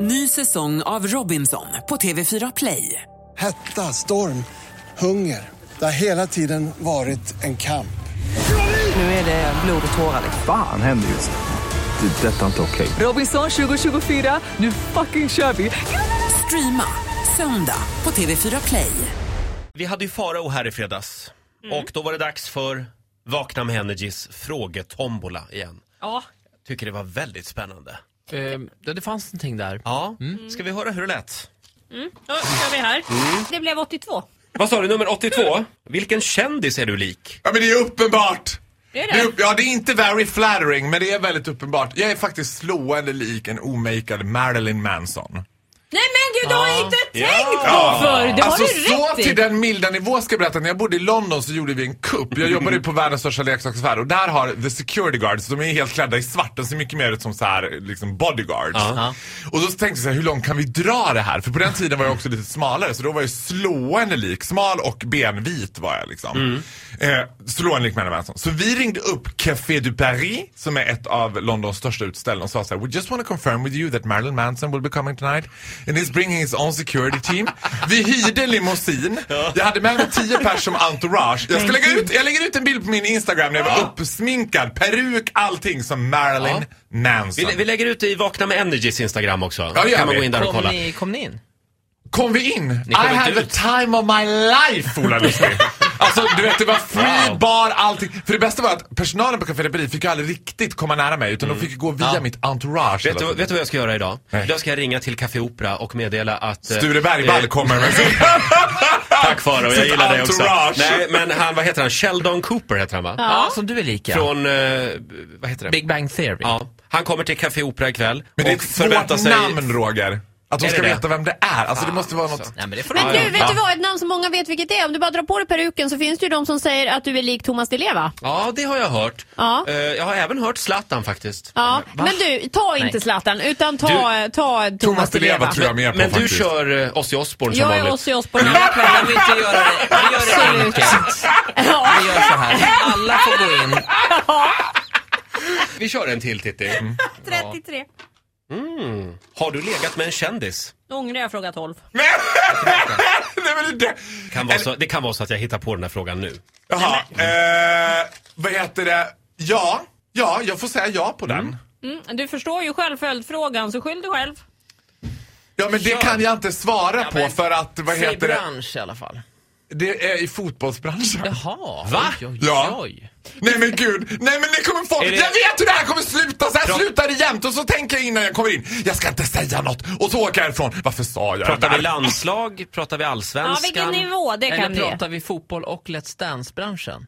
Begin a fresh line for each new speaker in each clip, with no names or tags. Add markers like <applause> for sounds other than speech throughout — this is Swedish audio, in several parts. Ny säsong av Robinson på TV4 Play.
Hetta, storm, hunger. Det har hela tiden varit en kamp.
Nu är det blod och tårar. liksom.
Fan händer just nu. Det. är Detta är inte okej.
Robinson 2024, nu fucking kör vi! Streama söndag på TV4 Play.
Vi hade ju Farao här i fredags. Och då var det dags för Vakna med Energys frågetombola igen.
Ja,
Tycker det var väldigt spännande.
Eh, ja, det fanns någonting där.
Ja, Mm. ska vi höra hur det lät?
då kör vi här.
Mm.
Det blev 82.
Vad sa du, nummer 82? Vilken kändis är du lik?
Ja men det är uppenbart!
Det är
Det är
det.
upp, ja det är inte very flattering men det är väldigt uppenbart. Jag är faktiskt slående lik en omakead Marilyn Manson.
Nej men gud, du har inte tänkt
Ja.
på förr! Det har
alltså
du
så
rätt i.
till den milda nivå ska jag berätta. När jag bodde i London så gjorde vi en kupp. Jag jobbade ju på världens största leksaksaffär och där har the security guards, de är helt klädda i svart. De ser mycket mer ut som så här, liksom bodyguards. Och då tänkte jag så här, hur långt kan vi dra det här? För på den tiden var jag också lite smalare så då var jag slående lik. Smal och benvit var jag liksom. Eh, slående lik Marilyn Manson. Så vi ringde upp Café du Paris som är ett av Londons största utställen och sa så här, we just want to confirm with you that Marilyn Manson will be coming tonight and he's bringing his own security team. Vi hyrde en limousin. Jag hade med mig tio pers som entourage. Jag, ska lägga ut, jag lägger ut en bild på min Instagram när jag var uppsminkad, peruk, allting som Marilyn Manson.
Vi, vi lägger ut det i Vakna med Energys Instagram också.
Ja, det gör
kan man
vi.
gå in där och
Kom
kolla.
ni, kom ni in?
Kom vi in? I
kom inte
had the
ut.
time of my life,
<laughs>
Ola Lustig. Alltså du vet det var free
Wow.
bar, allting. För det bästa var att personalen på Café Reperi fick ju aldrig riktigt komma nära mig utan de fick ju gå via
Mm. Ja.
mitt entourage.
Vet
hela
du,
tiden.
vet du vad jag ska göra idag?
Nej.
Idag ska jag ringa till Café Opera och meddela att... eh,
Sture Bergvall kommer med sin
<laughs> Tack Farao, jag
Sitt
gillar dig också.
entourage.
Nej, men han, vad heter han? Sheldon Cooper heter han va?
Ja, som du är lika.
Från, eh, vad heter det?
Big Bang Theory.
Ja, han kommer till Café Opera ikväll.
Men det är
och
ett
förväntar
svårt namn Roger. Att
Är
de ska
det Ah, det?
veta vem det är. Alltså det måste vara något.
Nej, men det får
Men
du
du,
göra.
vet
Ja.
du vad? Ett namn som många vet vilket det är. Om du bara drar på dig peruken så finns det ju de som säger att du är lik Thomas Di Leva.
Ja, det har jag hört.
Ja.
Eh, jag har även hört Zlatan faktiskt.
Ja. Men du, ta inte Zlatan utan ta, ta Thomas,
Thomas Di Leva tror jag
Men,
mer på
men du
faktiskt.
kör uh, Ozzy Osbourne som
Jag är
vanligt.
Ozzy Osbourne.
<laughs>
Kan vi inte göra det? Vi gör det
Absolut.
enkelt.
Ja.
Vi gör så här. Alla får gå in.
Vi kör en till Titti.
Mm.
33.
Har du legat med en kändis?
Då ångrar jag fråga 12.
<laughs> Nej men det...
Kan vara så, det kan vara så att jag hittar på den här frågan nu.
Jaha. Eh, vad heter det? Ja. Ja, jag får säga ja på den.
Mm, du förstår ju själv följdfrågan, så skyll dig själv.
Ja men det kan jag inte svara på
men-
för att, vad
Säg
heter det?
bransch i alla fall.
Det är i fotbollsbranschen.
Jaha.
Va?
Oj, oj,
Ja.
oj.
Nej men gud, nej men det kommer folk,
Är det-
jag vet hur det här kommer sluta! Så här
Pra-
slutar det jämt och så tänker jag innan jag kommer in, jag ska inte säga något och så åker jag ifrån. Varför sa jag det
Pratar vi
där?
landslag? Pratar vi
Ja,
allsvenskan?
vilken nivå det kan
Eller
bli.
pratar vi fotboll och Let's Dance-branschen?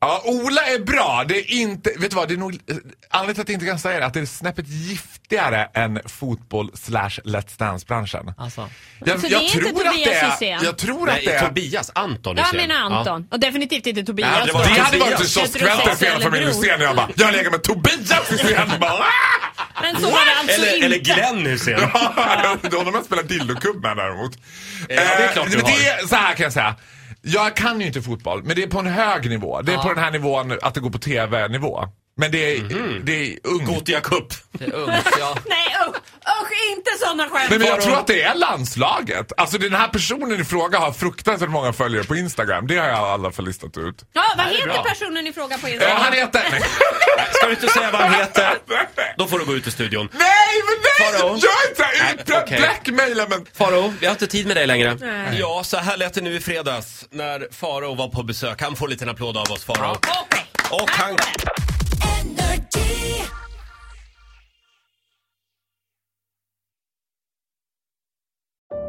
Ja, Ola är bra, det är inte, vet du vad, det är nog, eh, anledningen till att jag inte kan säga det är att det är snäppet giftigare än fotboll slash Let's Dance-branschen.
Alltså.
Jag,
Så det är
jag,
inte
tror att det
Tobias
är,
Hysén?
jag tror att
Nej,
det är...
Tobias. Anton
Jag
Hysén.
menar Anton. Och definitivt inte Tobias.
Ja, det, var,
då.
det hade
Tobias.
varit en kioskvältare för hela familjen Hysén när jag bara, jag lägger med Tobias Hysén! <laughs> och bara, "Ah!"
Men så var det
Ja.
alltså
Eller,
inte.
eller Glenn Hysén.
Då har man spelat dildokubb med däremot. Eh,
det är klart du
men det
har.
är, så här kan jag säga. Jag kan ju inte fotboll, men det är på en hög nivå. Det är på den här nivån att det går på TV-nivå. Men det är,
Mhm.
det är ungt.
Gothia Cup.
Det är ungt, ja.
Nej usch, usch inte sådana skämt.
Nej, men jag tror att det är landslaget. Alltså den här personen i fråga har fruktansvärt många följare på Instagram. Det har jag i alla fall listat ut.
Ja, vad
är
heter
bra.
personen i fråga på
Eh,
Instagram?
han heter... Nej,
Ska du inte säga vad han heter? Då får du gå ut ur studion.
<laughs> nej men nej!
Faro?
Gör inte det! Inte
okej.
blackmaila men...
Faro, vi har inte tid med dig längre.
Nej.
Ja, så här lät det nu i fredags när Faro var på besök. Han får en liten applåd av oss, Faro.
Okej.
Och han...